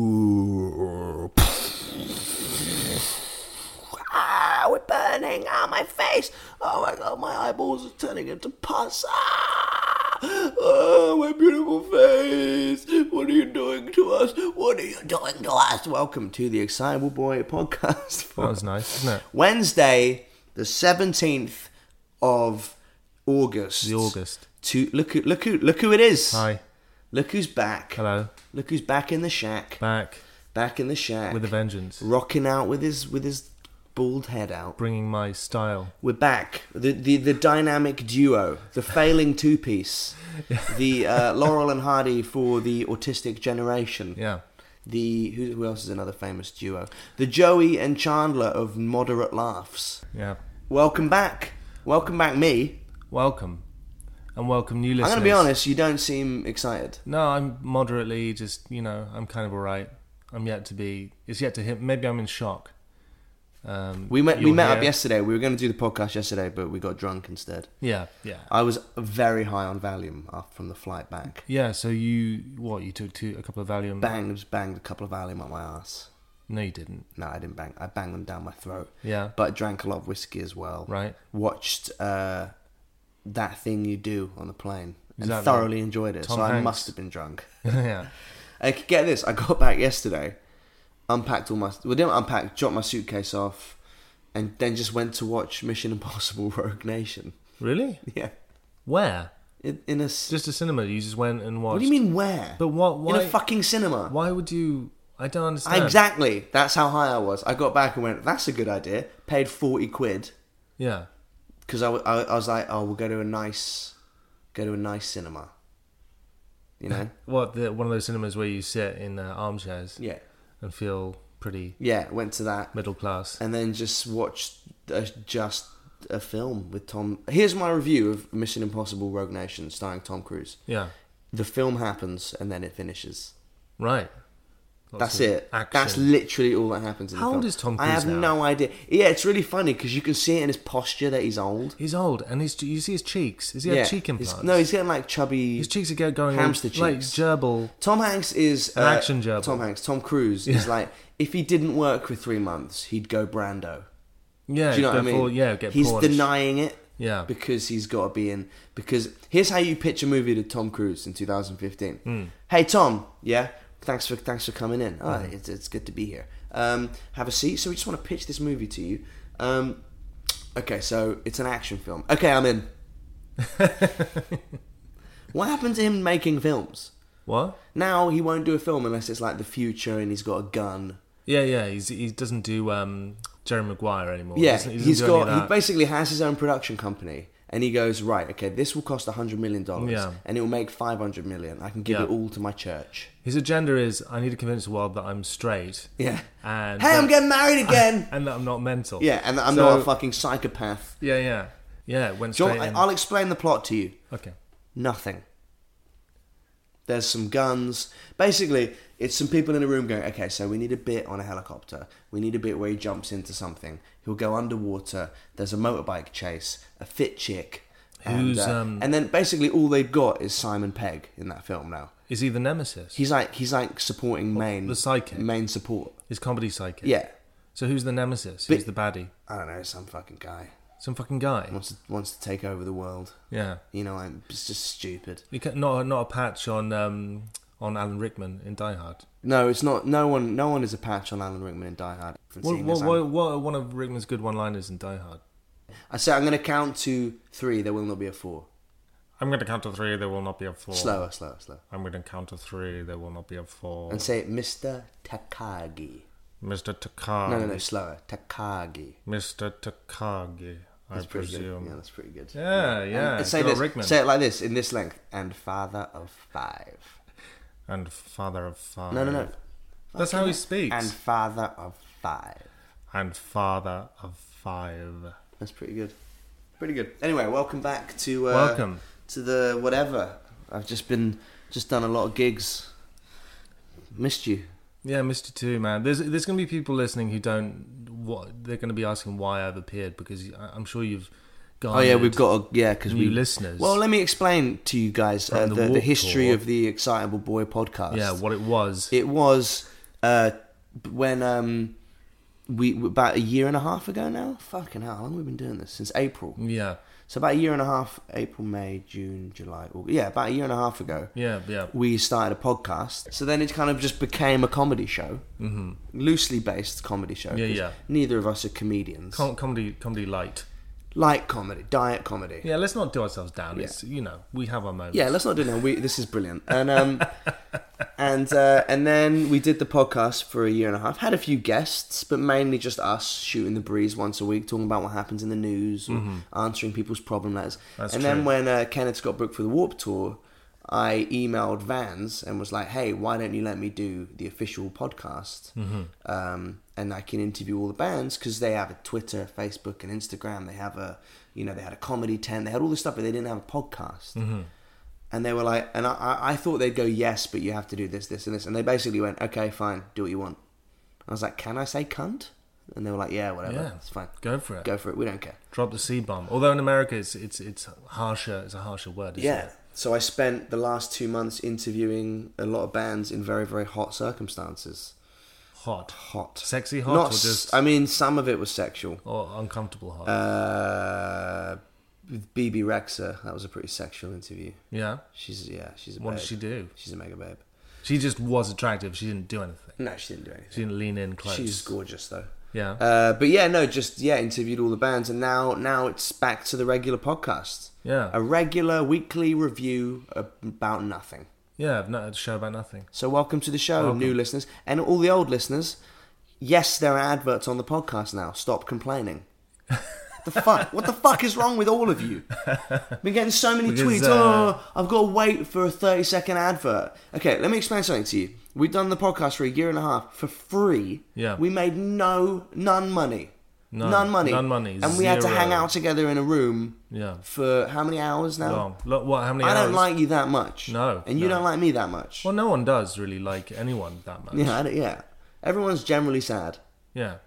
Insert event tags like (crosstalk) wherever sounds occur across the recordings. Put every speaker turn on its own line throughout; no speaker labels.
Hello. Ah, we're burning. Ah, my face. Oh my god, my eyeballs are turning into pus. Ah, oh, my beautiful face. What are you doing to us? What are you doing to us? Welcome to the Excitable Boy podcast. For
That was nice, isn't it?
Wednesday, the 17th of August.
The August.
To look who, look who look who it is.
Hi.
Look who's back.
Hello.
Look who's back in the shack.
Back
Back in the shack.
with a vengeance.
Rocking out with his with his bald head out.
Bringing my style.
We're back. The the, the dynamic duo, the failing two
(laughs)
piece, the uh, Laurel and Hardy for the autistic generation.
Yeah.
The who, who else is another famous duo? The Joey and Chandler of moderate laughs.
Yeah.
Welcome back. Welcome back, me.
Welcome. And welcome new listeners.
I'm going to be honest. You don't seem excited.
No, I'm moderately just, you know, I'm kind of all right. I'm yet to be, it's yet to hit, maybe I'm in shock. Um,
We met we
you'll
met up
hear-
yesterday. We were going to do the podcast yesterday, but we got drunk instead.
Yeah, yeah.
I was very high on Valium up from the flight back.
Yeah, so you, what, you took two, a couple of Valium?
Banged banged a couple of Valium up my ass.
No, you didn't. (laughs)
No, I didn't bang. I banged them down my throat.
Yeah.
But I drank a lot of whiskey as well.
Right.
Watched uh, that thing you do on the plane and
Exactly.
thoroughly enjoyed it.
Tom
so I
Hanks.
must have been drunk.
yeah.
I could get this. I got back yesterday, unpacked all my. We didn't unpack. Dropped my suitcase off, and then just went to watch Mission (laughs) Impossible: Rogue Nation.
Really?
Yeah,
Where?
in, in a. s-
Just a cinema. You just went and watched.
what do you mean where?
But what-
in
why-
a fucking cinema?
Why would you? I don't understand.
Exactly. That's how high I was. I got back and went. That's a good idea. Paid forty quid
Yeah.
because I, w- I- I was like, oh, we'll go to a nice, go to a nice cinema. You
(laughs)
know.
What, the, one of those cinemas where you sit in uh, armchairs
yeah.
and feel pretty
Yeah. Went to that.
middle class.
and then just watched a, just a film with Tom. Here's my review of Mission Impossible: Rogue Nation, starring Tom Cruise.
Yeah,
The film happens and then it finishes.
right. Lots
That's
of
it.
Action.
That's literally all that happens. In the
How old
film.
is Tom
I
Cruise
have
now?
no idea. Yeah, it's really funny because you can see it in his posture that he's old.
he's old, and he's you see his cheeks. Is he
yeah,
had cheek
he's-
implants?
No, he's getting like chubby.
his cheeks are go- going
hamster
like
cheeks.
gerbil.
Tom Hanks is uh,
An action gerbil.
Tom Hanks, Tom Cruise is like if he didn't work for three months, he'd go Brando.
Yeah,
Do you know what I
before-
mean?
Yeah, get
he's
Polish.
denying it.
Yeah.
Because he's got to be in. Because here's how you pitch a movie to Tom Cruise in 2015. Hey Tom, yeah, thanks for thanks for coming in. Oh, it's, it's good to be here. Um, have a seat. So we just want to pitch this movie to you. Um, okay, so it's an action film. Okay, I'm in. what happened to him making films?
What?
Now he won't do a film unless it's like the future and he's got a gun.
Yeah, yeah. He's, he doesn't do um, Jerry Maguire anymore.
Yeah,
he doesn't, he doesn't
he's
do any of
got. He
that.
basically has his own production company, and he goes right. Okay, this will cost hundred million dollars,
Yeah.
and it will make five hundred million. I can give
Yeah.
it all to my church.
His agenda is I need to convince the world that I'm straight.
Yeah.
And
hey, I'm
that- (laughs)
getting married again.
and that I'm not mental.
yeah, and I'm
So-
not a fucking psychopath.
Yeah, yeah, yeah. It went
Do you
straight.
want-
in.
I'll explain the plot to you.
Okay.
Nothing. There's some guns. Basically, it's some people in a room going, okay, so we need a bit on a helicopter. We need a bit where he jumps into something. He'll go underwater. There's a motorbike chase, a fit chick. And,
Who's,
uh,
um,
and then basically all they've got is Simon Pegg in that film now.
Is he the nemesis?
He's like he's like supporting main
the sidekick?
main support.
His comedy psychic.
Yeah,
So who's the nemesis?
But-
Who's the baddie?
I don't know some fucking guy
Some fucking guy.
wants to, wants to take over the world.
Yeah.
You know, I'm it's just stupid.
You can, not not a patch on um, on Alan Rickman in Die Hard.
No, it's not. No one no one is a patch on Alan Rickman in Die Hard. From
What,
seeing
what,
as I'm-
what, what are one of Rickman's good one-liners in Die Hard?
I say I'm going to count to three. There will not be a four.
I'm going to count to three. There will not be a four.
Slower, slower, slower.
I'm going to count to three. There will not be a four.
And say Mr. Takagi.
Mr. Takagi.
No, no, no. Slower. Takagi.
Mr. Takagi. I
pretty good.
presume.
Yeah, that's pretty good.
Yeah, yeah.
And say
Joe
this.
Rickman.
Say it like this in this length. And father of five.
And father of five.
No, no, no.
That's how he speaks.
And father of five.
and father of five.
That's pretty good. Pretty good. Anyway, welcome back to uh,
Welcome.
to the whatever. I've just been just done a lot of gigs. Missed you.
Yeah, Mister Two, man. There's there's gonna be people listening who don't. What they're gonna be asking why I've appeared because I- I'm sure you've.
Oh yeah, we've got a, yeah because
new
we
listeners.
Well, let me explain to you guys uh,
the
the, the,
Warped
history
Tour.
of the Excitable Boy podcast.
Yeah, what it was.
it was uh, b- when um, we about a year and a half ago now. Fucking hell, how long have we been doing this since April?
yeah,
So about a year and a half, April, May, June, July, August. Yeah, about a year and a half ago.
yeah, yeah.
we started a podcast. So then it kind of just became a comedy show, mm-hmm. loosely based comedy show.
Yeah,
'cause
yeah.
Neither of us are comedians.
Com- comedy, comedy light.
like comedy, diet comedy.
Yeah, let's not do ourselves down. It's you know we have our moments.
Yeah, let's not do that. We this is brilliant. And
(laughs)
um, and uh, and then we did the podcast for a year and a half. Had a few guests, but mainly just us shooting the breeze once a week, talking about what happens in the news, or answering people's problem letters.
Mm-hmm. That's
and
true.
then when uh, Kenneth Scott booked for the Warp Tour, I emailed Vans and was like, "Hey, why don't you let me do the official podcast?"
Mm-hmm.
Um, and I can interview all the bands because they have a Twitter, Facebook, and Instagram. They have a, you know, they had a comedy tent. They had all this stuff, but they didn't have a podcast.
Mm-hmm.
And they were like, and I- I, I thought they'd go, yes, but you have to do this, this, and this. And they basically went, okay, fine, do what you want. I was like, can I say cunt? And they were like, yeah, whatever,
Yeah.
it's fine.
Go for it.
Go for it, we don't care.
Drop the C bomb. Although in America it's it's it's harsher. It's a harsher word. Isn't
Yeah.
It?
So I spent the last two months interviewing a lot of bands in very, very hot circumstances.
Hot.
Hot.
Sexy hot
Not,
or
s-
just-
I mean, some of it was sexual.
Or uncomfortable hot.
Uh, with BB Rexer, that was a pretty sexual interview.
yeah.
She's, yeah, she's a
What
babe.
did she do?
She's a mega babe.
She just was attractive. She didn't do anything.
No, she didn't do anything.
She didn't lean in close.
She's gorgeous though.
Yeah.
Uh, but yeah, no, just yeah, interviewed all the bands, and now now it's back to the regular podcast.
Yeah.
a regular weekly review about nothing.
yeah. Not a show about nothing.
So welcome to the show, new listeners, and all the old listeners. Yes, there are adverts on the podcast now. Stop
(laughs)
complaining. the fuck? What the fuck is wrong with all of you? I've been getting so many
Because,
tweets.
uh,
Oh, I've got to wait for a thirty-second advert. Okay, let me explain something to you. We've done the podcast for a year and a half for free.
Yeah.
We made no, none money.
None.
money.
None money.
And we had to
Zero.
hang out together in a room
Yeah.
for how many hours now?
Long. Look, what? How many
I
hours?
don't like you that much.
No,
And you
no.
don't like me that much.
Well, no one does really like anyone that
(laughs)
much.
Yeah, I don't- yeah. Everyone's generally sad.
Yeah.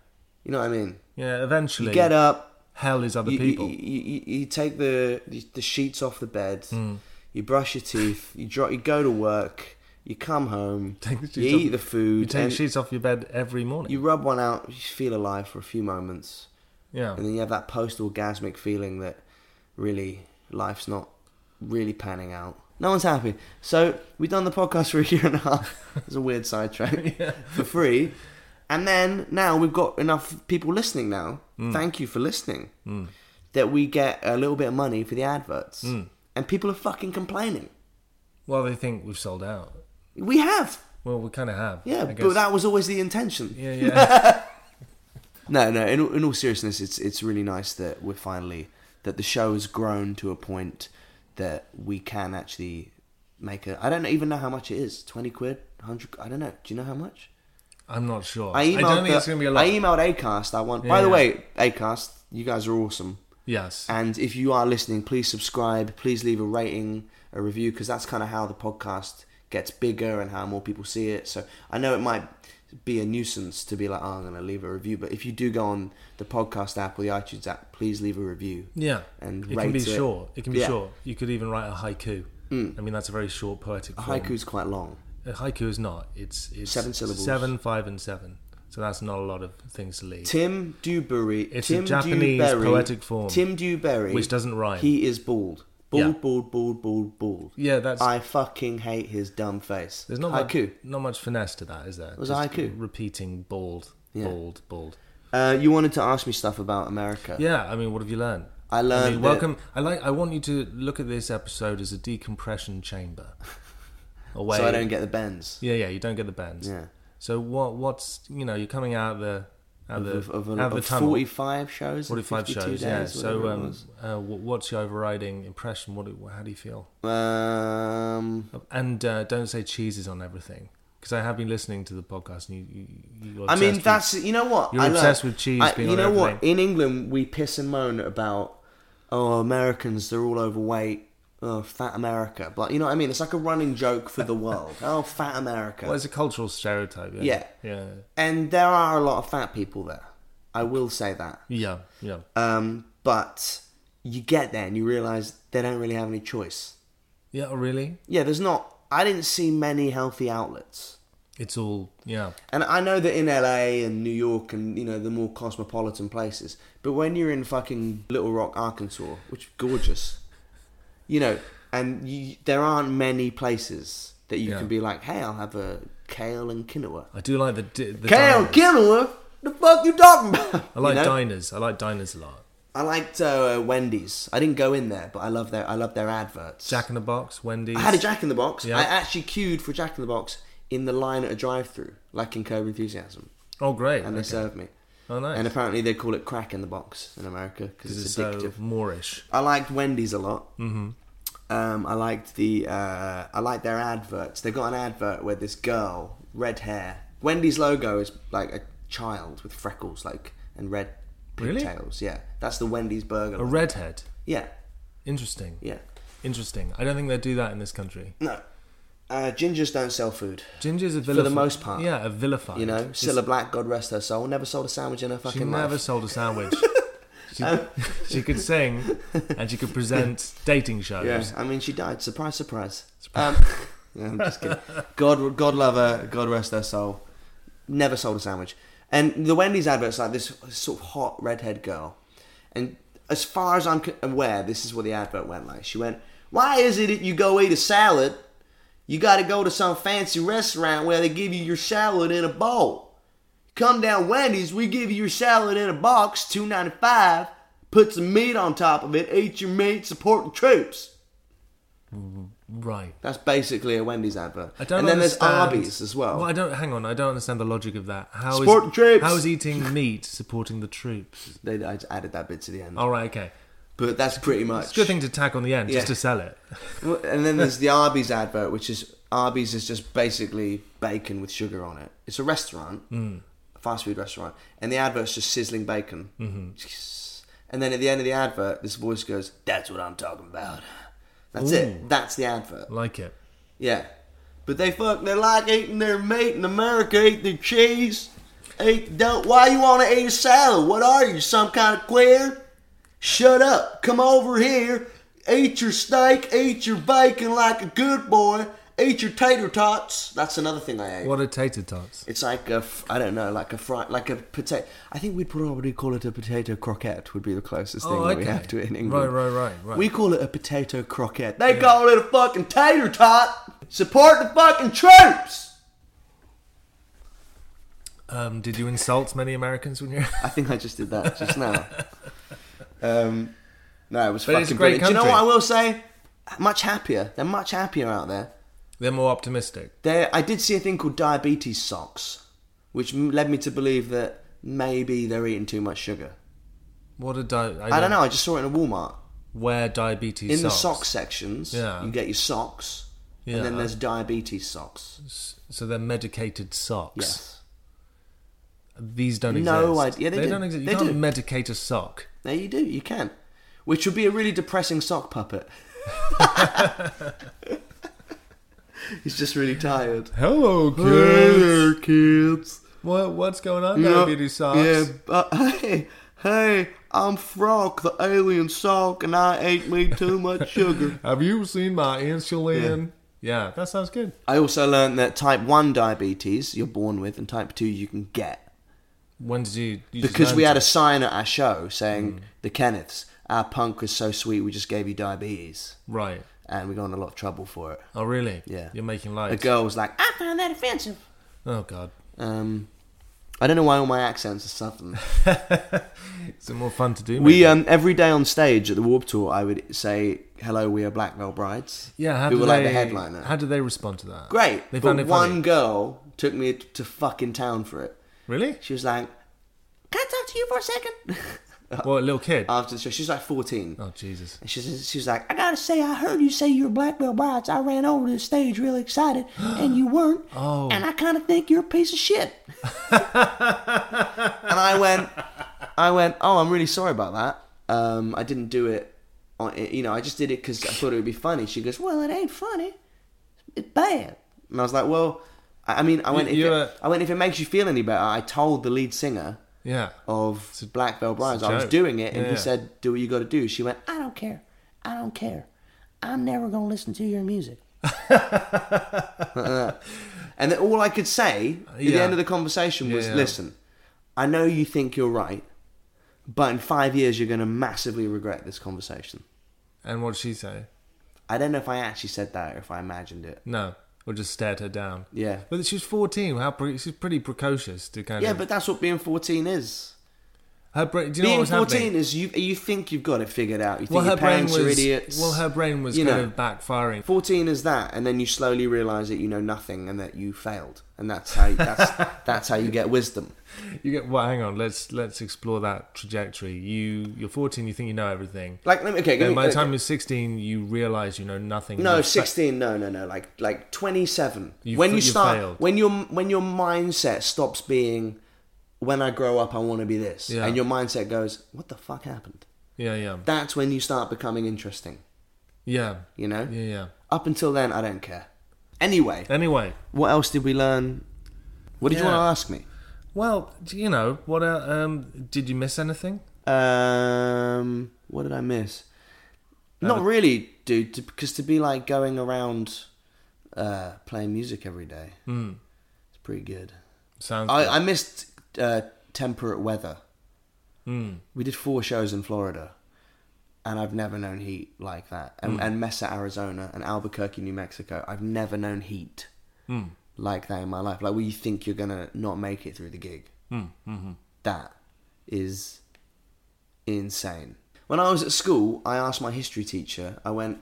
You know what I mean?
Yeah. Eventually,
You get up.
hell is other
You, you,
people. (laughs)
you, you- you take the the sheets off the bed.
Hmm.
You brush your teeth. You dro- You go to work. You come home.
Take the sheets
you eat
off-
the food.
you take
and
sheets off your bed every morning.
You rub one out. You feel alive for a few moments,
yeah.
and then you have that post-orgasmic feeling that really life's not really panning out. No one's happy. So we've done the podcast for a year and a half.
(laughs)
It's a weird sidetrack for free. And then now we've got enough people listening now.
Mm.
Thank you for listening. That we get a little bit of money for the adverts.
Mm.
And people are fucking complaining.
Well, they think we've sold out.
We have.
Well, we kind of have.
Yeah,
I
but
guess.
that was always the intention. (laughs)
Yeah, yeah.
No, no. In all, in all seriousness, it's it's really nice that we're finally that the show has grown to a point that we can actually make a. I don't even know how much it is. Twenty quid, hundred. I don't know. Do you know how much?
I'm not sure.
I emailed.
don't think
the-
it's going to be a lot.
I emailed Acast. I want.
Yeah,
by the
yeah.
way, Acast, you guys are awesome.
yes.
And if you are listening, please subscribe. Please leave a rating, a review, because that's kind of how the podcast gets bigger and how more people see it. So I know it might be a nuisance to be like, oh, I'm going to leave a review. But if you do go on the podcast app or the iTunes app, please leave a review.
Yeah,
And
it can
rate
be
it.
short. It can be
Yeah. Hmm.
short. You could even write a haiku. I mean, that's a very short poetic
A
form.
haiku's quite long.
A haiku is not. It's it's
Seven syllables.
Seven, five, and seven. So that's not a lot of things to leave.
Tim Dewberry.
It's a
Tim
Japanese
Dewberry,
poetic form.
Tim Dewberry.
Which doesn't rhyme.
He is bald. Bald,
Yeah.
bald, bald, bald, bald.
Yeah, that's-
I fucking hate his dumb face.
There's not
Haiku.
Much, not much finesse to that, is there? It
was a haiku.
Repeating bald,
Yeah.
bald, bald.
Uh, you wanted to ask me stuff about America.
Yeah, I mean, what have you learned?
I learned.
I mean,
that-
welcome. I like. I want you to look at this episode as a
(laughs)
decompression chamber. Away.
So I don't get the bends.
Yeah, yeah. You don't get the bends.
Yeah.
So what? What's you know? You're coming out the out
of,
of
of,
the, out
of,
of the
of
tunnel.
45 shows. in
45
52
shows,
days,
yeah.
whatever
So,
it
um,
was.
uh, wh- what's your overriding impression? What, do- how do you feel?
Um,
And uh, don't say cheeses on everything, because I have been listening to the podcast, and you, you, you're
I mean,
obsessed with-
that's you know what
You're
I learned.
obsessed with cheese
I-
being
you
on
know what?
everything.
In England, we piss and moan about oh Americans, they're all overweight. Oh, fat America. But you know what I mean? It's like a running joke for the
(laughs)
world. oh, fat America.
Well, it's a cultural stereotype.
Yeah.
Yeah. Yeah.
and there are a lot of fat people there. I will say that.
Yeah. Yeah.
Um, but you get there and you realize they don't really have any choice.
Yeah, oh, really?
Yeah, there's not. I didn't see many healthy outlets.
It's all, yeah.
And I know that in LA and New York and you know the more cosmopolitan places, but when you're in fucking Little Rock, Arkansas, which is gorgeous, you know, and you, there aren't many places that you
Yeah.
can be like, hey, I'll have a kale and quinoa.
I do like the. di- the
Kale,
diners.
quinoa, the fuck you talking about?
I like
you know?
diners. I like diners a lot.
I liked uh, Wendy's. I didn't go in there, but I love their I love their adverts.
Jack in the Box, Wendy's.
I had a Jack in the Box.
Yeah.
I actually queued for Jack in the Box in the line at a drive-through, like in Curb Enthusiasm,
Oh, great.
and uh, they
okay.
served me.
oh, nice.
And apparently they call it crack in the box in America because
This
it's
is
addictive.
so Moorish.
I liked Wendy's a lot. Mm-hmm. Um, I liked the uh, I liked their adverts. They got an advert where this girl, red hair. Wendy's logo is like a child with freckles, like and red
Really?
pigtails. Yeah, that's the Wendy's burger.
A redhead.
yeah,
Interesting.
yeah.
Interesting. I don't think they do that in this country.
No, uh, gingers don't sell food.
Ginger's a vilified.
the most part.
Yeah, a vilified.
You know,
It's-
Cilla Black, God rest her soul, never sold a sandwich in her
She
fucking
never
life.
sold
(laughs)
a sandwich. She, she could sing and she
(laughs)
could present dating shows.
Yeah, I mean, she died. Surprise, surprise. Um, (laughs) yeah, I'm just kidding. God, God love her. God rest her soul. Never sold a sandwich. And the Wendy's advert's like this sort of hot redhead girl. And as far as I'm c- aware, this is what the advert went like. She went, "Why is it if you go eat a salad, you got to go to some fancy restaurant where they give you your salad in a bowl? Come down Wendy's, we give you your salad in a box, two ninety five. Put some meat on top of it. Eat your meat. Support the troops."
Right.
That's basically a Wendy's advert.
I don't
and then
understand-
there's Arby's as well.
Well, I don't. Hang on, I don't understand the logic of that. How is
Support the troops.
How is eating meat supporting the troops?
They, I just added that bit to the end.
All right, okay.
But that's pretty much.
Oh. It's a good thing to tack on the end
Yeah.
just to sell it. (laughs)
Well, And then there's the Arby's advert, which is Arby's is just basically bacon with sugar on it. It's a restaurant,
Hmm.
a fast food restaurant, and the advert's just sizzling bacon.
Mm-hmm.
Yes. And then at the end of the advert, this voice goes, "That's what I'm talking about." That's it. That's the advert.
Like it.
Yeah. But they fuck, they like eating their meat in America, eat their cheese, eat don't why you wanna eat a salad? What are you, some kind of queer? Shut up, come over here, eat your steak, eat your bacon like a good boy, eat your tater tots. That's another thing I ate.
What are tater tots?
It's like a, f- I don't know, like a fry, like a potato. I think we'd probably call it a potato croquette. Would be the closest thing
Oh,
that we
okay.
have to it in England.
Right, right, right, right.
We call it a potato croquette. They call it a fucking tater tot. Support the fucking troops.
Um, did you insult many Americans when you're? (laughs)
I think I just did that just now. um, no, it was
But
fucking
it's a great
brilliant. Do you know what
country.
I will say? Much happier. They're much happier out there.
They're more optimistic.
There, I did see a thing called diabetes socks, which m- led me to believe that maybe they're eating too much sugar.
What a di-
I don't know. I just saw it in a Walmart.
Wear diabetes
in the
socks.
sock sections,
Yeah.
you get your socks,
Yeah.
and then there's diabetes socks.
So they're medicated socks.
Yes,
These don't
No
exist.
idea- yeah, they do.
not exist. You
They
can't
do.
medicate a sock.
there you do. You can, which would be a really depressing sock puppet. (laughs) He's just really tired.
Hello,
Hey kids,
What, what's going on,
Yeah,
diabetes socks?
Yeah, but (laughs) hey, hey, I'm Frog the alien sock, and I ate me too much sugar.
Have you seen my insulin? Yeah, that sounds good.
(laughs) I also learned that type one diabetes you're born with, and type two you can get.
When did you? you just
because we had
learned
a sign at our show saying
Mm.
the Kenneths, our punk was so sweet we just gave you diabetes,
it? right.
and we got in a lot of trouble for it.
Oh, really?
Yeah,
You're making
The
lights.
girl was like, "I found that offensive."
Oh God, (laughs)
Um, I don't know why all my accents are
(laughs)
southern.
it's more fun to do.
we
maybe?
um every day on stage at the Warp Tour, I would say, "Hello, we are Black Veil Brides."
yeah. How
we
do
were
they,
like the headliner.
How did they respond to that?
Great,
They
but
found it
one
funny.
girl took me to fucking town for it.
Really?
She was like, you for a second? (laughs) Uh,
Well, a little kid.
After the show, she's like 14.
oh Jesus!
And she's, she's like, I gotta say, I heard you say you're Black Belt Brides. I ran over to the stage really excited, and you weren't. Oh. And I kind of think you're a piece of shit. and I went, I went, oh, I'm really sorry about that. Um, I didn't do it. On, eh, you know, I just did it because I thought it would be funny. She goes, well, it ain't funny. It's bad. And I was like, well, I I mean, I went,
you
if
were-
it, I went, if it makes you feel any better, I told the lead singer
Yeah.
of Black Veil Brides.
a
I was
joke.
doing it, and
Yeah.
he said, "Do what you got to do." She went, "I don't care. I don't care. I'm never gonna listen to your music." (laughs) and then all I could say at the
Yeah.
end of the conversation was,
Yeah.
"Listen, I know you think you're right, but in five years you're gonna massively regret this conversation."
And what did she say?
I don't know if I actually said that or if I imagined it.
No, or just stared her down.
Yeah.
But she was fourteen. How pre- she's pretty precocious to kind
Yeah,
of.
but that's what being 14 is.
her brain. Do you know what
Being
was
14
happening?
is you you think you've got it figured out. You think
well, her
your
brain
parents
was.
are idiots.
Well, her brain was
you
kind
know.
of backfiring.
14 is that and then you slowly realize that you know nothing and that you failed and that's how
(laughs)
that's that's how you get wisdom
You get well. Hang on. Let's let's explore that trajectory. You you're 14. You think you know everything.
like let me- okay give
Then
me,
by the
okay.
time you're 16, you realize you know nothing.
no
You've fa-
16 no no no like like 27
You
when
fa-
you
you
start
failed.
when your when your mindset stops being when i grow up i want to be this
Yeah.
and your mindset goes what the fuck happened
Yeah, yeah,
that's when you start becoming interesting
yeah,
you know
yeah, yeah.
up until then i don't care anyway
Anyway,
what else did we learn what did you
Yeah.
want to ask me
well, do you know what? el- Um, did you miss anything?
Um, what did I miss? Not really, dude. To, because to be like going around uh, playing music every day, it's pretty good.
Sounds.
I,
good.
I missed uh, temperate weather.
Hmm.
We did four shows in Florida, and I've never known heat like that. And,
Hmm.
and Mesa, Arizona, and Albuquerque, New Mexico. I've never known heat
Hmm.
like that in my life. Like where you think you're gonna not make it through the gig.
Hmm. Mm-hmm.
That is insane. When I was at school, I asked my history teacher. I went.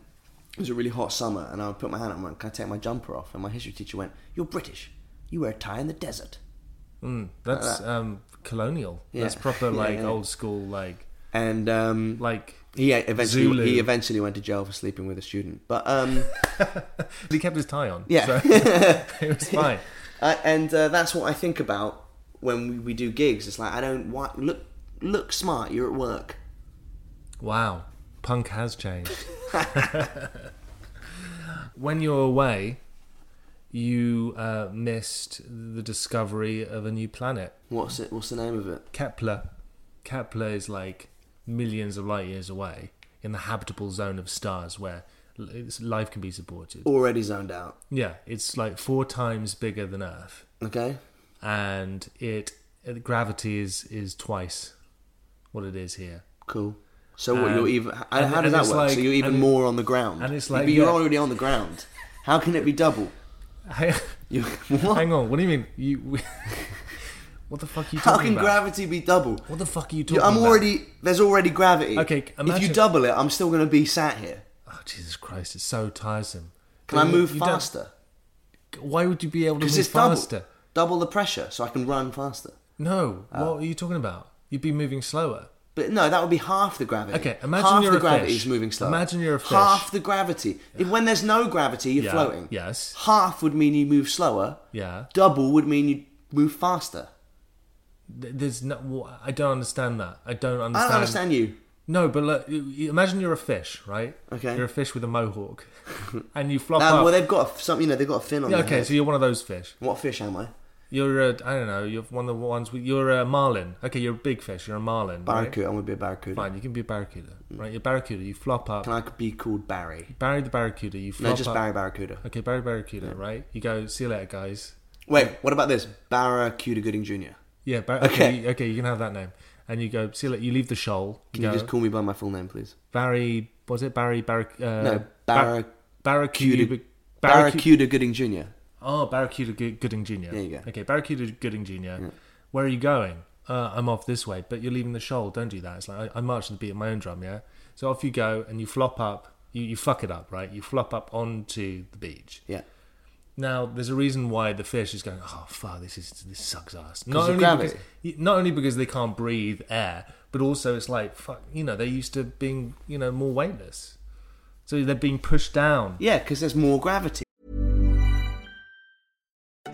It was a really hot summer, and I would put my hand up and went, "Can I take my jumper off?" And my history teacher went, "You're British. You wear a tie in the desert."
Mm, that's um, colonial. That's
Uh, Yeah.
proper
(laughs) Yeah,
like
yeah.
old school like
and um,
like.
he eventually
Zulu.
he eventually went to jail for sleeping with a student. But
(laughs)
um,
He kept his tie on.
Yeah.
so it was fine.
I, and (laughs) uh, that's what I think about when we, we do gigs. It's like I don't want look look smart. You're at work.
Wow, punk has changed. (laughs) when you're away, you uh, missed the discovery of a new planet,
What's it? What's the name of it?
Kepler. Kepler is like millions of light years away in the habitable zone of stars where l- it's- life can be supported.
Already zoned out.
Yeah, it's like four times bigger than Earth.
Okay.
and it uh, gravity is is twice what it is here. (laughs)
Cool. So what you're even? How, how
Um, and
does that
it's
work? so
like-
you're even
and-
more on the ground.
and it's like,
but you're
yeah.
already on the ground. How can it be double? (laughs)
Hang (laughs)
You, what?
hang on, what do you mean? You (laughs) what the fuck are you
How
talking
can
about?
gravity be double?
what the fuck are you talking
I'm
about?
already there's already gravity.
Okay,
if you
imagine-
double it, I'm still going to be sat here.
Oh Jesus Christ, it's so tiresome.
Can I
You-
move
you don't-
faster?
Why would you be able to move
Because it's
faster?
double, double the pressure, so I can run faster.
No,
Oh.
what are you talking about? You'd be moving slower.
But no, that would be half the gravity.
Okay, imagine
half
you're
the
a
gravity
fish.
is moving slower.
Imagine you're a fish.
Half the gravity. If, when there's no gravity, you're
Yeah,
floating.
yes.
Half would mean you move slower.
Yeah,
Double would mean you move faster.
Th- there's no. wha- I don't understand that. I don't
I
understand.
don't understand you.
No, but look, you- you- imagine you're a fish, right?
Okay.
You're a fish with
(laughs)
a mohawk, and you flop
Um,
up.
well, they've got a, some. You know, they've got a fin on.
Yeah,
their
okay,
head.
so you're one of those fish.
What fish am I?
You're a, I don't know, you're one of the ones, with, you're a marlin. Okay, you're a big fish, you're a marlin. Right?
Barracuda. I'm gonna be a barracuda.
Fine, you can be a barracuda, right? You're barracuda, you flop
Mm.
up.
Can I be called Barry?
Barry the barracuda, you flop
No, just
up.
Barry Barracuda.
Okay, Barry barracuda, right? You go, see you later, guys.
Wait, what about this? Barracuda Gooding Jr.
Yeah, bar-
Okay.
okay. you- okay, you can have that name. And you go, see you later, you leave the shoal.
Can
go,
you just call me by my full name, please?
Barry, was it Barry, Barrac- uh,
No,
Bar- barracuda. Barracuda.
Barracuda Gooding Jr.
Oh, Barracuda Go- Gooding Jr. There
you go.
Okay, Barracuda Gooding Jr. Where are you going? Uh, I'm off this way, but you're leaving the shoal. Don't do that. It's like I, I march to the beat of my own drum, yeah? So off you go and you flop up. You, you fuck it up, right? You flop up onto the beach.
Yeah.
Now, there's a reason why the fish is going. Oh fuck! This is this sucks ass. Not
of
only
gravity.
because not only because they can't breathe air, but also it's like fuck. You know, they're used to being you know more weightless, so they're being pushed down.
Yeah, because there's more gravity.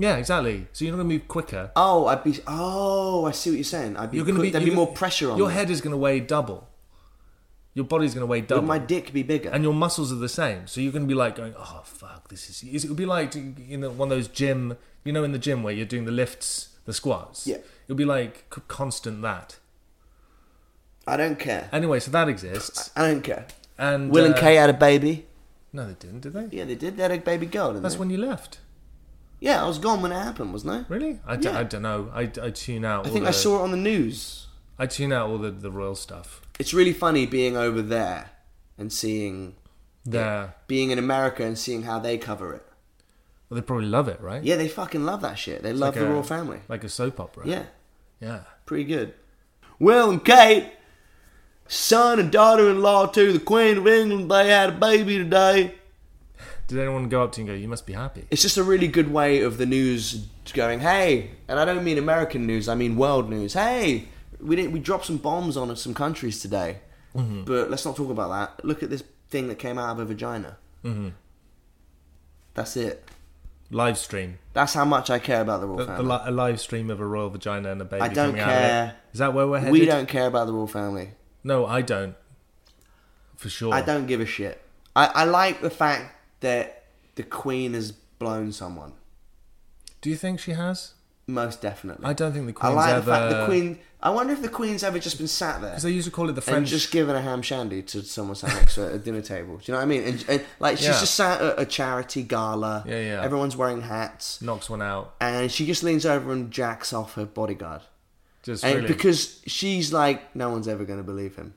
Yeah, exactly. So you're not gonna move quicker.
Oh, I'd be. Oh, I see what you're saying. I'd be.
You're gonna
quick-
be
There'd
you're
be
gonna-
more pressure on
Your
me.
head is gonna weigh double. Your body's gonna weigh
Would
double.
my dick be bigger?
and your muscles are the same. So you're going to be like going, oh fuck, this is. is- It'll be like in the, one of those gym, you know, in the gym where you're doing the lifts, the squats.
Yeah.
It'll be like c- constant that.
I don't care.
Anyway, so that exists.
I don't care.
And
Will and
uh,
Kay had a baby.
No, they didn't, did they?
Yeah, they did. They had a baby girl, didn't
That's
they?
when you left.
Yeah, I was gone when it happened, wasn't I?
Really? I, d-
Yeah.
I don't know. I, I tune out.
I
all
think
the,
I saw it on the news.
I tune out all the, the royal stuff.
It's really funny being over there and seeing,
There.
being in America and seeing how they cover it.
Well, they probably love it, right?
Yeah, they fucking love that shit. They
It's
love
like
the
a-
royal family.
Like a soap opera.
Yeah,
Yeah.
pretty good. Will and Kate, son and daughter-in-law to the Queen of England, they had a baby today.
Did anyone go up to you and go, you must be happy?
It's just a really good way of the news going, hey, and I don't mean American news, I mean world news. Hey, we didn't, we dropped some bombs on some countries today,
Mm-hmm.
but let's not talk about that. Look at this thing that came out of a vagina. Mm-hmm. That's it.
Live stream.
That's how much I care about the royal
The, the
family.
li- a live stream of a royal vagina and a baby
I don't
coming out of it.
care.
Is that where we're headed?
we don't care about the royal family.
No, I don't. For sure.
I don't give a shit. I, I like the fact that the Queen has blown someone.
Do you think she has?
Most definitely.
I don't think the
I
Queen's
like
ever.
the fact the Queen. I wonder if the Queen's ever just been sat
(laughs)
there.
Because they used to call it the
and
French.
just giving a ham shandy to someone sat next to her at a dinner table. Do you know what I mean? And, and like she's
Yeah.
just sat at a charity gala.
Yeah, yeah.
Everyone's wearing hats,
knocks one out.
and she just leans over and jacks off her bodyguard,
Just
and
really.
because she's like, no one's ever going to believe
(laughs)
him.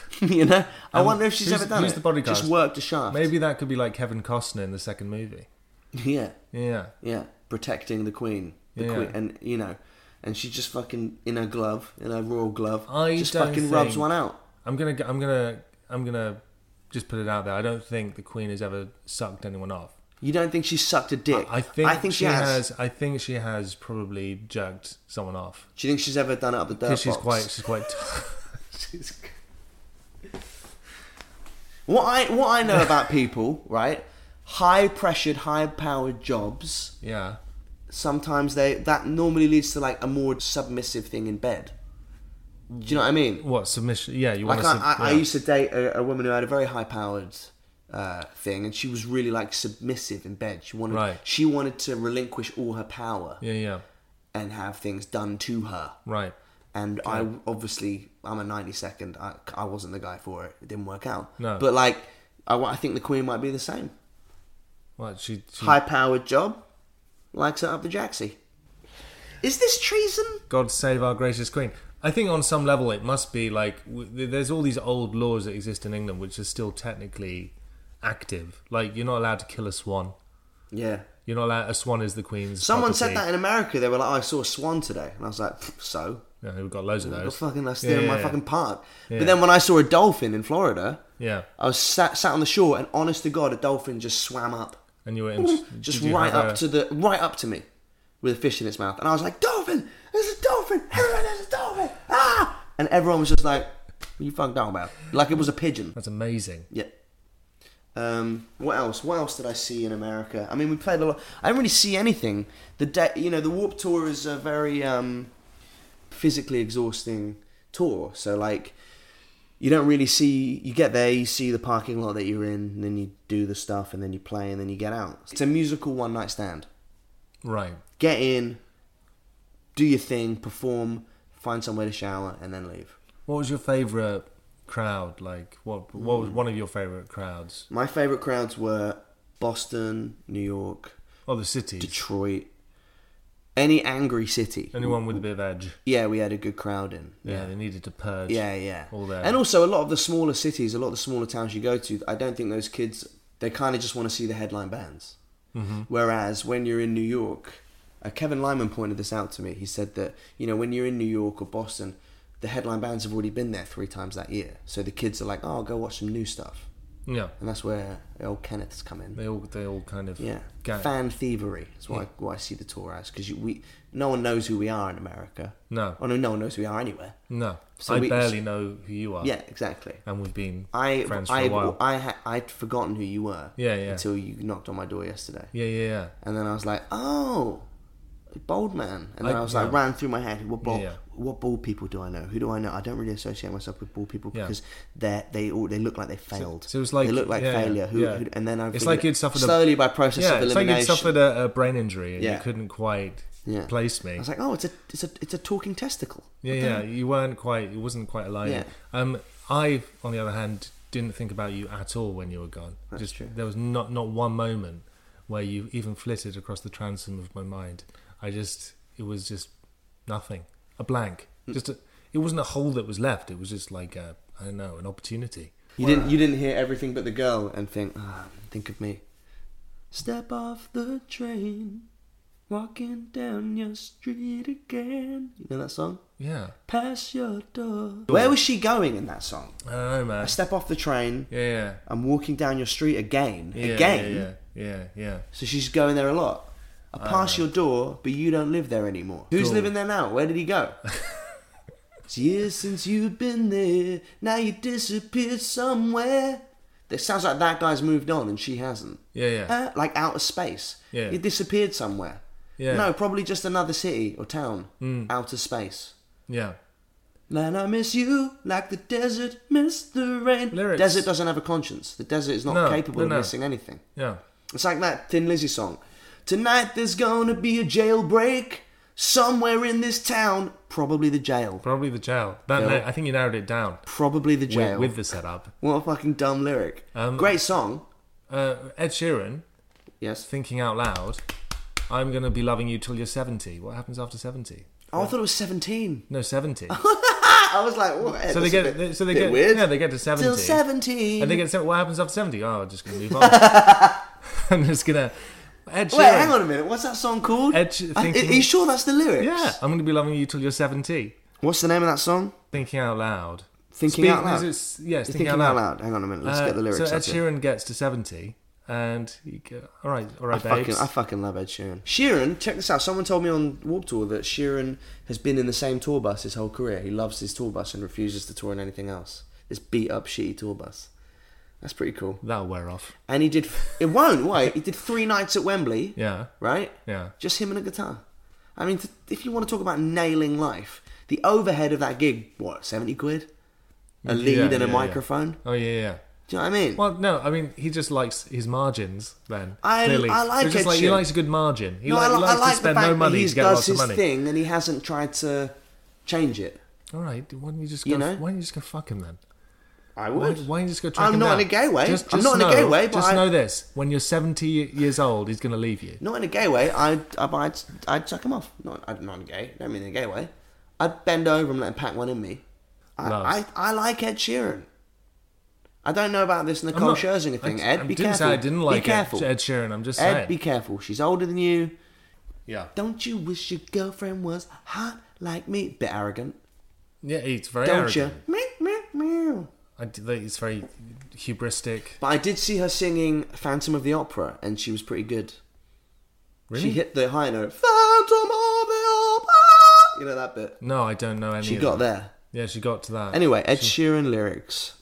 (laughs) you know, I wonder if she's
Um, who's-
ever done
who's
it.
the bodyguard?
Just worked a shaft.
Maybe that could be like Kevin Costner in the second movie.
(laughs) Yeah,
Yeah.
yeah. Protecting the queen, the
Yeah.
queen, and you know, and she just fucking in her glove, in her royal glove,
I
just
don't
fucking rubs
think-
one out.
I'm gonna. g- I'm gonna. I'm gonna. Just put it out there. I don't think the Queen has ever sucked anyone off.
You don't think she sucked a dick?
I think.
I think she, has.
I think she has probably jerked someone off.
Do you think she's ever done it up a dirt
Because she's
box?
quite. She's quite.
She's- what I what I know about people, right? High pressured, high powered jobs.
(laughs) yeah.
Sometimes they that normally leads to like a more submissive thing in bed. Do you know what I mean?
What submission? Yeah. You
Like
want
I,
to.
I, I used to date a, a woman who had a very high powered uh, thing, and she was really like submissive in bed. She wanted
Right.
she wanted to relinquish all her power
Yeah. Yeah.
and have things done to her.
Right.
and I obviously I'm a 92nd. I, I wasn't the guy for it. It didn't work out.
No.
but like I, wa- I think the Queen might be the same.
Well, she, she
High powered job, likes it up the jacksie. Is this treason?
God save our gracious queen. I think on some level it must be like w- there's all these old laws that exist in England which are still technically active. Like you're not allowed to kill a swan.
Yeah.
You're not allowed. A swan is the queen's.
Someone
property.
said that in America. They were like, oh, "I saw a swan today," and I was like, "Pff, "So."
Yeah, we've got loads of
I
those.
fucking that's
Yeah,
still in my
yeah,
fucking park.
Yeah.
But then when I saw a dolphin in Florida,
Yeah,
I was sat, sat on the shore, and honest to god, a dolphin just swam up.
and you were in,
just
did you
right
have
up
a-
to the right up to me with a fish in its mouth and i was like dolphin there's a dolphin everyone there's a dolphin ah and everyone was just like what you fucking talking about like it was a pigeon
That's amazing.
yeah Um, what else? What else did I see in America? I mean, we played a lot. I didn't really see anything. The de- you know, the Warp Tour is a very um, physically exhausting tour. So like, you don't really see. You get there, you see the parking lot that you're in, and then you do the stuff, and then you play, and then you get out. It's a musical one night stand.
Right.
Get in, do your thing, perform, find somewhere to shower, and then leave.
What was your favorite crowd like? What What was one of your favorite crowds?
My favorite crowds were Boston, New York,
Oh, the cities.
Detroit, any angry city.
Anyone with a bit of edge.
Yeah, we had a good crowd in.
Yeah, they needed to purge.
Yeah, yeah.
All there.
And also, a lot of the smaller cities, a lot of the smaller towns you go to, I don't think those kids, they kind of just want to see the headline bands.
Mm-hmm.
Whereas when you're in New York, uh, Kevin Lyman pointed this out to me. He said that, you know, when you're in New York or Boston, the headline bands have already been there three times that year. So the kids are like, oh, I'll go watch some new stuff.
yeah.
And that's where old Kenneth's come in.
They all they all kind of
Yeah,
gang-
fan thievery is what, I, what I see the tour as because we no one knows who we are in America.
No.
oh no, no one knows who we are anywhere.
No,
So
I
we-
barely know who you are.
Yeah, exactly.
and we've been
I
friends for
I
a while.
I had I'd forgotten who you were.
Yeah, yeah.
Until you knocked on my door yesterday,
yeah, yeah, yeah.
and then I was like, oh, bold man, and
I-
then I, was like,
yeah.
ran through my head, what bald,
Yeah.
what bald people do I know? Who do I know? I don't really associate myself with bald people
Yeah.
because they they all they look like they failed.
So it was like
they look like
yeah,
failure. Who,
yeah.
who, and then I
it's
figured
like
it-
you'd suffered
slowly
a,
by process
yeah,
of
it's
elimination.
like you'd suffered a, a brain injury and you
Yeah.
couldn't quite
yeah.
place me.
I was like, oh, it's a it's a it's a talking testicle.
yeah, yeah, you weren't quite. It wasn't quite aligned.
Yeah.
Um, I, on the other hand, didn't think about you at all when you were gone.
That's
Just
true.
there was not not one moment where you even flitted across the transom of my mind. I just it was just nothing, a blank.
Hmm.
Just a, it wasn't a hole that was left. It was just like a I don't know an opportunity.
You didn't you didn't hear everything but the girl and think, ah, think of me. Step off the train, walking down your street again. You know that song?
Yeah,
Past your door. Where was she going in that song?
I don't know, man.
I step off the train.
Yeah, yeah.
I'm walking down your street again.
Yeah,
again.
Yeah, yeah, yeah. yeah.
So she's going there a lot. I pass your door, but you don't live there anymore. Who's
Cool.
living there now? Where did he
(laughs)
go? it's years since you've been there. Now you disappeared somewhere. It sounds like that guy's moved on and she hasn't.
Yeah, yeah.
Uh, like outer space.
Yeah.
You disappeared somewhere.
Yeah. Hmm.
No, probably just another city or town. Outer space.
Yeah.
And I miss you like the desert miss the rain.
Lyrics.
Desert doesn't have a conscience. The desert is not
No,
capable
no,
of
no.
missing anything.
Yeah.
It's like that Thin Lizzy song. Tonight there's gonna be a jailbreak somewhere in this town. Probably the jail.
Probably the jail. That
Jail.
na- I think you narrowed it down
Probably the
with,
jail.
with the setup.
What a fucking dumb lyric.
Um,
Great song.
Uh, Ed Sheeran,
Yes.
thinking out loud, I'm going to be loving you till you're 70. What happens after 70?
Oh, I thought it was 17.
No, 70.
(laughs) I was like, what?
so they
That's a
get
bit-
they- so they
bit
get
weird.
yeah, they get to 70.
Till 17.
And they get to, what happens after 70? Oh, I'm just going
(laughs)
to move on. (laughs) I'm just going to Ed Sheeran.
Wait, hang on a minute. What's that song called?
Ed Sh-
I-
thinking-
are you sure that's the lyrics?
Yeah, I'm going to be loving you till you're 70.
What's the name of that song?
Thinking out loud.
Thinking
Speak-
out loud.
Yes, thinking,
You're thinking out loud. Hang on a minute. Let's
Uh,
get the lyrics.
So Ed
up here.
Sheeran gets to 70, and you go, all right, all
I
right,
fucking,
babes.
I fucking love Ed Sheeran. Sheeran, check this out. Someone told me on Warp Tour that Sheeran has been in the same tour bus his whole career. He loves his tour bus and refuses to tour on anything else. This beat up shitty tour bus. That's pretty cool.
That'll wear off.
And he did. (laughs) It won't. Wait, he did three nights at Wembley.
Yeah.
Right.
Yeah.
Just him and a guitar. I mean, th- if you want to talk about nailing life, the overhead of that gig, what seventy quid, a lead
Yeah,
and a
yeah, yeah.
microphone.
Oh yeah, yeah.
Do you know what I mean?
Well, no, I mean he just likes his margins. Then
I-
clearly.
I like
It's just
Ed
like he
Sheeran.
likes a good margin. He, li-
I,
he
li-
likes
I like
to spend
the fact
no money
that
to
he
get
does
lots of
his
money.
thing and he hasn't tried to change it.
All right, why don't you just go?
You know?
Why don't you just go fuck him then?
I
Why,
would.
why don't you just go? Track
I'm
him
not
down?
in a gay way.
Just,
I'm
just
not
know,
in a gay way, but
just
I-
know this: when you're 70 years old, he's going to leave you.
Not in a gay way. I'd I'd I'd, I'd suck him off. Not I'd not in a gay. Don't mean in a gay way. I'd bend over and let him pack one in me.
Love.
I, I, I like Ed Sheeran. I don't know about this Nicole
not-
Scherzinger thing.
I-
Ed,
I
be
didn't
careful.
say I didn't like Ed-
be careful.
Ed Sheeran, I'm just
Ed,
saying.
be careful. She's older than you.
Yeah,
Don't you wish your girlfriend was hot like me? Bit arrogant.
yeah, he's very
don't
arrogant.
you? Meow, meow, meow.
I d- he's very hubristic.
But I did see her singing Phantom of the Opera, and she was pretty good.
Really?
She hit the high note. Phantom of the Opera. You know that bit.
No, I don't know any.
She
of
got
that.
there.
Yeah, she got to that.
Anyway, Ed Sheeran lyrics.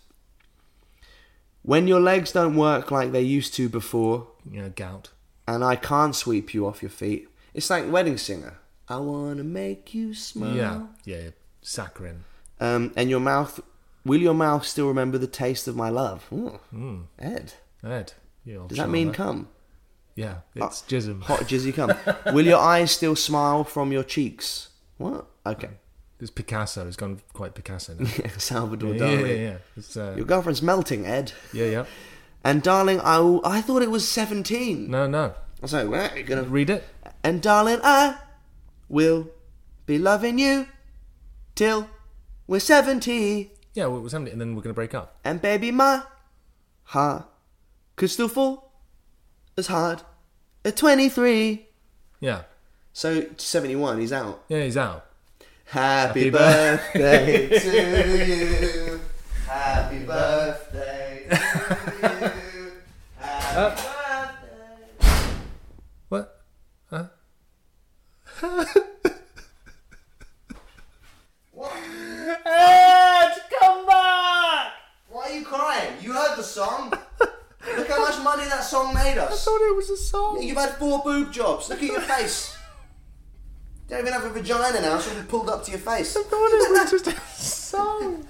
When your legs don't work like they used to before,
You know, gout.
and I can't sweep you off your feet, it's like Wedding Singer. I wanna make you smile.
Yeah, yeah, saccharin.
Um, and your mouth, will your mouth still remember the taste of my love? Ooh.
Hmm.
Ed,
Ed. Yeah, I'm
does
sure
that
of
mean cum?
Yeah, it's jism.
Hot jizzy cum. will your eyes still smile from your cheeks? What? Okay. (laughs)
It's Picasso. It's gone quite Picasso now.
Salvador
yeah, yeah,
Dali.
yeah, yeah. It's, uh,
Your girlfriend's melting, Ed.
yeah, yeah.
And darling, I, I thought it was 17.
No, no.
I was like, what? You're gonna...
Read it.
And darling, I will be loving you till we're 70.
Yeah, well, it was happening, and then we're going to break up.
And baby, my heart could still fall as hard at 23.
Yeah.
So, 71, he's out.
Yeah, he's out.
Happy,
Happy
birthday
(laughs)
to you. Happy birthday to you. Happy birthday. (laughs)
What?
Ed, come back! Why are you crying? You heard the song. Look how much money that song made us.
it was a song.
You've had four boob jobs. Look at your face. Don't even have a vagina now, so it's pulled up to your face.
it was just a (laughs) song.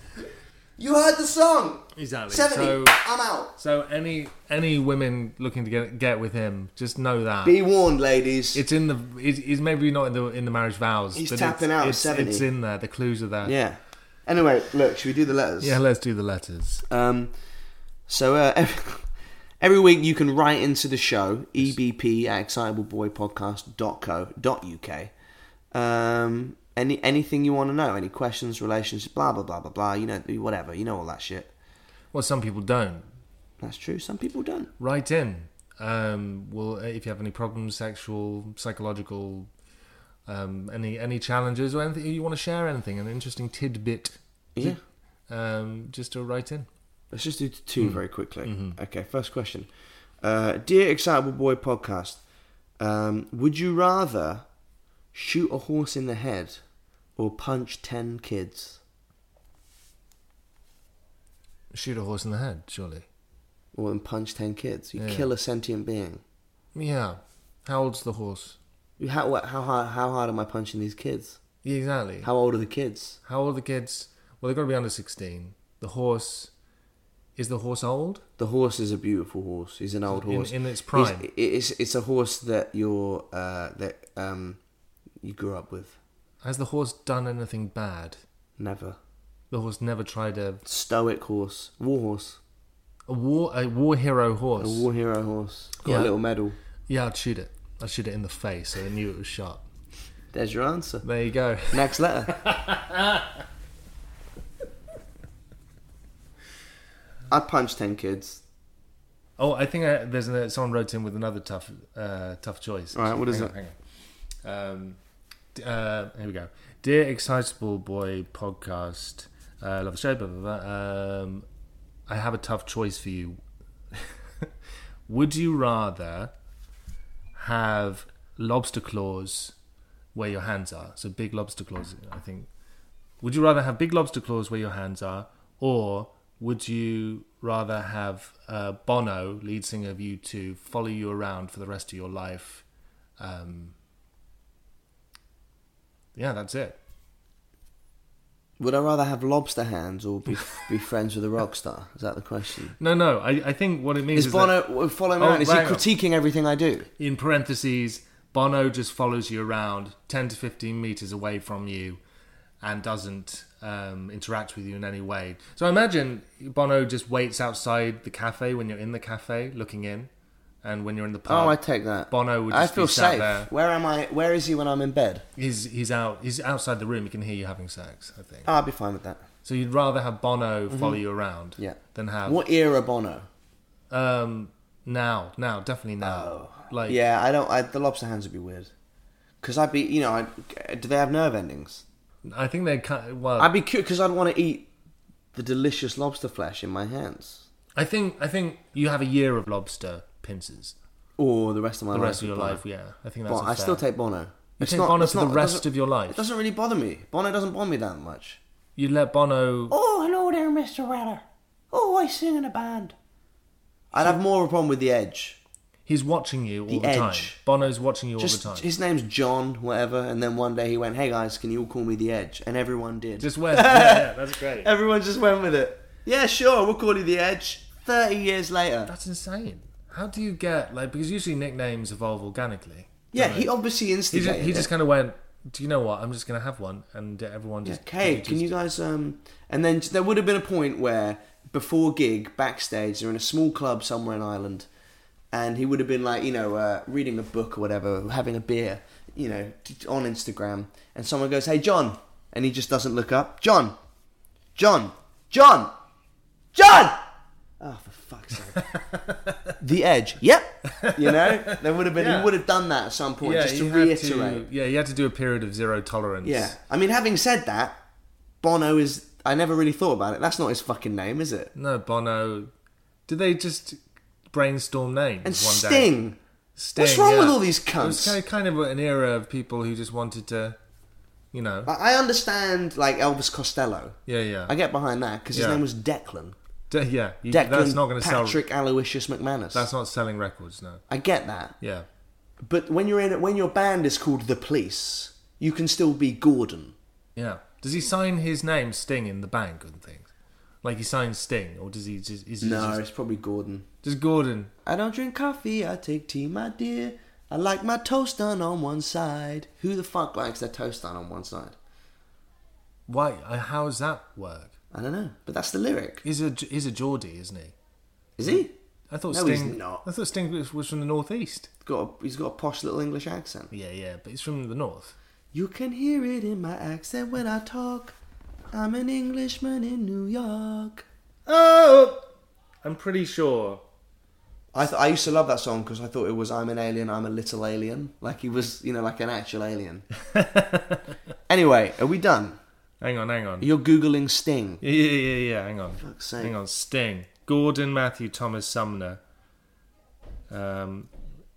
You heard the song.
Exactly.
70.
So,
I'm out.
so any any women looking to get get with him, just know that
Be warned, ladies.
it's in the. It's, it's maybe not in the in the marriage vows.
He's
but
tapping
it's,
out at
It's,
70.
it's in there. The clues are there.
yeah. Anyway, look, should we do the letters?
Yeah. Let's do the letters.
Um, so uh, (laughs) every, every week you can write into the show, ebp at excitableboypodcast.co.uk. Um, any, anything you want to know, any questions, relationships, blah, blah, blah, blah, blah, you know, whatever, you know all that shit.
Well, some people don't.
That's true, some people don't.
Write in. Um, well, if you have any problems, sexual, psychological, um, any any challenges or anything you want to share, anything, an interesting tidbit,
Yeah.
um, just to write in.
Let's just do two very quickly. Okay, first question. Uh, Dear Excitable Boy podcast, um, would you rather shoot a horse in the head or punch 10 kids?
Shoot a horse in the head, surely.
Or then punch 10 kids? You kill a sentient being.
Yeah. How old's the horse?
You how, what, how, hard, how hard am I punching these kids?
Yeah, exactly.
How old are the kids?
How old are the kids? Well, they've got to be under 16. The horse. Is the horse old?
The horse is a beautiful horse. He's an old
In-
horse.
in its prime.
He's- It's, it's, a horse that you're, uh, that, um, you grew up with.
Has the horse done anything bad?
Never.
The horse never tried a,
Stoic horse. War horse.
a war a war hero horse.
A war hero horse. Got
Yeah.
a little medal.
Yeah, I'd shoot it. I'd shoot it in the face so they knew it was shot.
There's your answer.
There you go.
Next letter.
(laughs)
I punch ten kids.
Oh, I think I, there's an, someone wrote in with another tough, uh, tough choice.
All right, what is
Hang
it?
on, hang on. Um, d- uh, here we go. Dear Excitable Boy podcast, uh, love the show. Blah, blah, blah. Um, I have a tough choice for you. (laughs) Would you rather have lobster claws where your hands are? So big lobster claws, I think. Would you rather have big lobster claws where your hands are, or would you rather have uh, Bono, lead singer of U2, follow you around for the rest of your life? Um, yeah, that's it.
Would I rather have lobster hands or be,
(laughs)
be friends with a rock star? Is that the question?
No, no, I, I think what it means
Is
is,
Bono
that
well, follow me
Oh,
around? Is he
hang on.
critiquing everything I do?
in parentheses, Bono just follows you around 10 to 15 meters away from you and doesn't um, interact with you in any way. So I imagine Bono just waits outside the cafe when you're in the cafe looking in. And when you're in the pub,
oh, I take that.
Bono would
I
just
feel
be sat
safe.
there.
Where am I? Where is he when I'm in bed?
He's he's out. He's outside the room. He can hear you having sex. I think.
Oh, I'll be fine with that.
So you'd rather have Bono follow you around,
Mm-hmm. Yeah.
than have
What era Bono?
um now now definitely now. Oh. Like
Oh, Yeah, I don't. I, the lobster hands would be weird. Because I'd be, you know, i do they have nerve endings?
I think they kind of, well.
I'd be cute because I'd want to eat the delicious lobster flesh in my hands,
I think I think you have a year of lobster pincers.
or the rest of my
The
life.
rest of your
with Bono.
life, yeah. I think that's.
Bon-
a
I still
fair-
take Bono.
You take Bono for the
it
rest
doesn't-
of your life.
It doesn't really bother me. Bono doesn't bother me that much.
You let Bono.
Oh, hello there, Mister Ratter. Oh, I sing Oh, in a band. I'd have more of a problem with the Edge.
He's watching you all
The
the, time.
Edge.
Bono's watching you
Just
all the time.
his name's John, whatever. And then one day he went, "Hey guys, can you all call me the Edge?" And everyone did.
Just where? yeah, yeah, (laughs) that's great.
everyone just went with it. Yeah, sure, we'll call you the Edge. Thirty years later.
That's insane. How do you get like? Because usually nicknames evolve organically.
Yeah, he obviously
He
instigated.
just, he just
it.
kind of went. Do you know what? I'm just gonna have one, and everyone just.
Okay,
just-
can you guys? Um, and then there would have been a point where before gig backstage, they're in a small club somewhere in Ireland, and he would have been like, you know, uh, reading a book or whatever, having a beer, you know, t- on Instagram, and someone goes, "Hey, John," and he just doesn't look up. John, John, John, John. Oh, for fuck's
(laughs)
sake! the Edge. Yep. You know, there would have been.
Yeah.
He would have done that at some point,
Yeah,
just to
you had
reiterate.
To, yeah, you had to do a period of zero tolerance.
Yeah. I mean, having said that, Bono is. I never really thought about it. That's not his fucking name, is it?
No, Bono. Did they just brainstorm names
And
one day?
Sting.
Sting,
What's wrong
yeah.
with all these
It was
cunts?
kind of, kind of an era of people who just wanted to, you know.
Like, I understand, like, Elvis Costello.
yeah, yeah.
I get behind that because his
Yeah.
name was Declan.
D- yeah, you,
Declan
that's not going to sell.
Patrick Aloysius McManus.
That's not selling records, no.
I get that.
Yeah.
But when you're in when your band is called The Police, you can still be Gordon.
Yeah. Does he sign his name Sting in the bank and things? Like he signs Sting, or does he just is he
No,
just,
it's probably Gordon.
just Gordon?
I don't drink coffee, I take tea, my dear. I like my toast done on one side. Who the fuck likes their toast done on one side?
Why? uh, How does that work?
I don't know, but that's the lyric.
He's a he's a Geordie, isn't he?
Is he?
I thought
No, he's
Sting.
not.
I thought Sting was, was from the northeast.
Got a, he's got a posh little English accent.
Yeah, yeah, but he's from the north.
You can hear it in my accent when I talk. I'm an Englishman in New York.
Oh, I'm pretty sure.
I, th- I used to love that song because I thought it was I'm an alien, I'm a little alien. Like he was, you know, like an actual
(laughs)
alien. anyway, are we done?
Hang on, hang on.
You're Googling Sting.
Yeah, yeah, yeah, yeah. Hang on.
sake.
Hang on. Sting, Gordon, Matthew, Thomas Sumner. Um,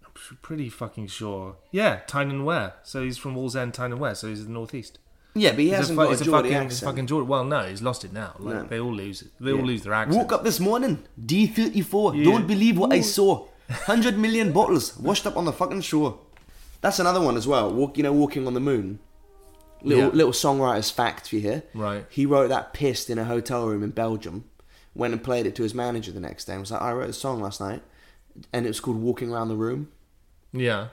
I'm p- pretty fucking sure. Yeah, Tyne and Ware. So he's from Wall's End, Tyne and Ware. So he's the northeast.
Yeah, but he
He's
hasn't
fu-
got
he's
a Geordie
fucking, he's
accent.
fucking Geordie. Well, no, he's lost it now. Like
No.
they all lose. They all lose their accent.
Woke up this morning, D34. Don't believe what I saw. 100 million bottles washed up on the fucking shore. That's another one as well. Walk, you know, Walking on the Moon. Little,
Yeah.
little songwriter's fact for you here.
Right.
He wrote that pissed in a hotel room in Belgium, went and played it to his manager the next day and was like, I wrote a song last night and it was called Walking Around the Room.
Yeah.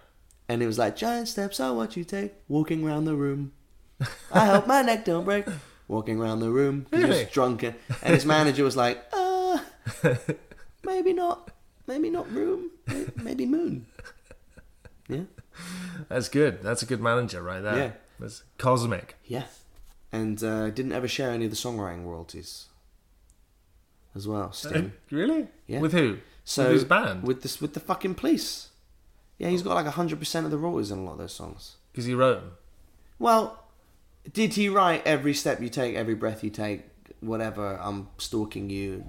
And it was like, giant steps are what you take, walking round the room. I hope my neck don't break, walking round the room. 'cause He
Really?
was drunk. And and his manager was like, uh, maybe not, maybe not room, may- maybe moon. Yeah,
That's good. That's a good manager right there.
Yeah.
That's cosmic.
yeah. And uh, didn't ever share any of the songwriting royalties as well, Sting.
(laughs) Really?
Yeah.
With who?
So
Uh, with his band.
with this with the fucking police. Yeah, he's got like hundred percent of the royalties in a lot of those songs.
Because he wrote 'em.
Well, did he write every step you take, every breath you take, whatever? I'm stalking you.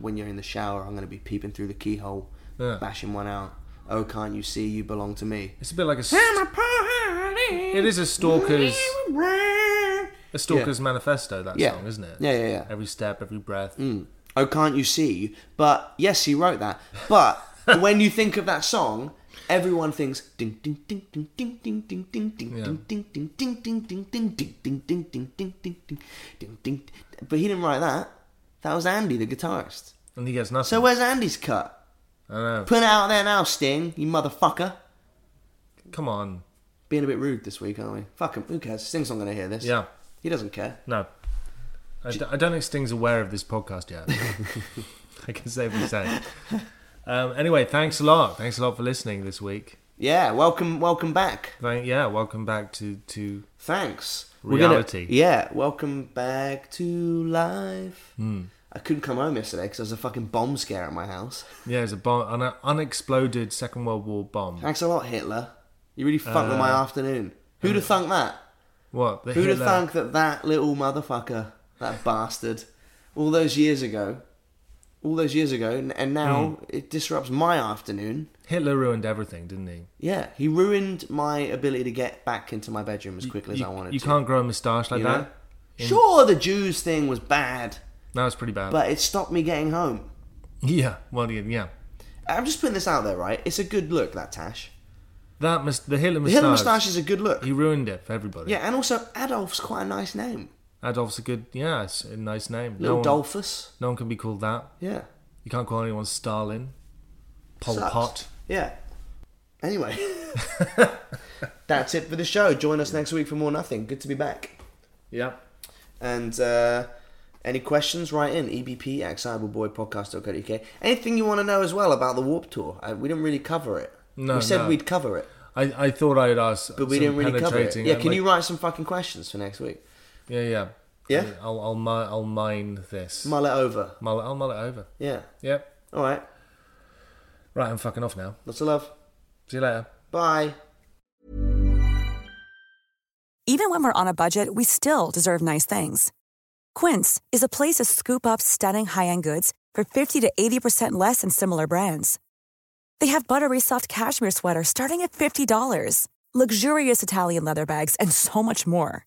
When you're in the shower, I'm going to be peeping through the keyhole,
Yeah.
bashing one out. Oh, can't you see? You belong to me.
It's a bit like a. St- it is a stalker's a stalker's manifesto. That
Yeah.
song, isn't it?
Yeah, yeah, yeah.
Every step, every breath.
Oh, can't you see? But yes, he wrote that.
(laughs)
But when you think of that song, everyone thinks ding ding ding ding ding ding ding ding ding
Yeah.
ding ding ding ding ding ding ding ding ding ding ding ding ding ding ding ding. But he didn't write that. That was Andy, the guitarist.
And he gets nothing.
So where's Andy's cut?
I know.
Put it out there now, Sting, you motherfucker.
Come on.
Being a bit rude this week, aren't we? Fuck him. Who cares? Sting's not going to hear this.
Yeah.
He doesn't care.
No. I, d- I don't think Sting's aware of this podcast yet. (laughs) I can safely say. Um, anyway, thanks a lot. Thanks a lot for listening this week.
Yeah, welcome, welcome back.
Thank, yeah, welcome back to to
Thanks.
Reality.
Gonna, yeah, welcome back to life.
Hmm.
I couldn't come home yesterday because there was a fucking bomb scare at my house.
yeah, it's a bomb, an unexploded Second World War bomb.
Thanks a lot, Hitler. You really fucked with my afternoon. Who'd have thunk that?
What? Uh, The
Who'd
Hitler-
have thunk that that little motherfucker, that bastard, all those years ago, all those years ago, and, and now
Hmm.
it disrupts my afternoon.
Hitler ruined everything, didn't he?
Yeah, he ruined my ability to get back into my bedroom as quickly
you,
as I wanted
you
to.
can't grow a moustache like
you
that.
know? Sure, the Jews thing was bad,
No, it's pretty bad. (laughs)
but it stopped me getting home.
yeah, well, yeah, yeah.
I'm just putting this out there, right? It's a good look that tash.
That must the Hitler
The
mustache.
Hitler moustache is a good look.
He ruined it for everybody.
Yeah, and also Adolf's quite a nice name.
Adolf's a good, yeah, it's a nice name.
Little
no one,
Dolphus.
no one can be called that.
Yeah.
You can't call anyone Stalin, Pol
Sucks.
Pot.
Yeah.
(laughs)
Anyway, that's it for the show. Join us next week for more nothing. Good to be back.
Yeah.
And uh, any questions, write in ebp at cyberboypodcast.co.uk. Anything you want to know as well about the Warp Tour? Uh, we didn't really cover it.
No,
we said
no.
we'd cover it,
I, I thought I'd ask,
but we
some
didn't really cover it.
penetrating-
Yeah,
I'd
can
like-
you write some fucking questions for next week?
Yeah, yeah,
Yeah?
I'll I'll mi- I'll mine this.
Mull it over.
Mull it- I'll mull it over.
Yeah.
Yep.
All right.
Right, I'm fucking off now.
Lots of love.
See you later.
Bye.
Even when we're on a budget, we still deserve nice things. Quince is a place to scoop up stunning high-end goods for 50 to 80% less than similar brands. They have buttery soft cashmere sweaters starting at $50, luxurious Italian leather bags, and so much more.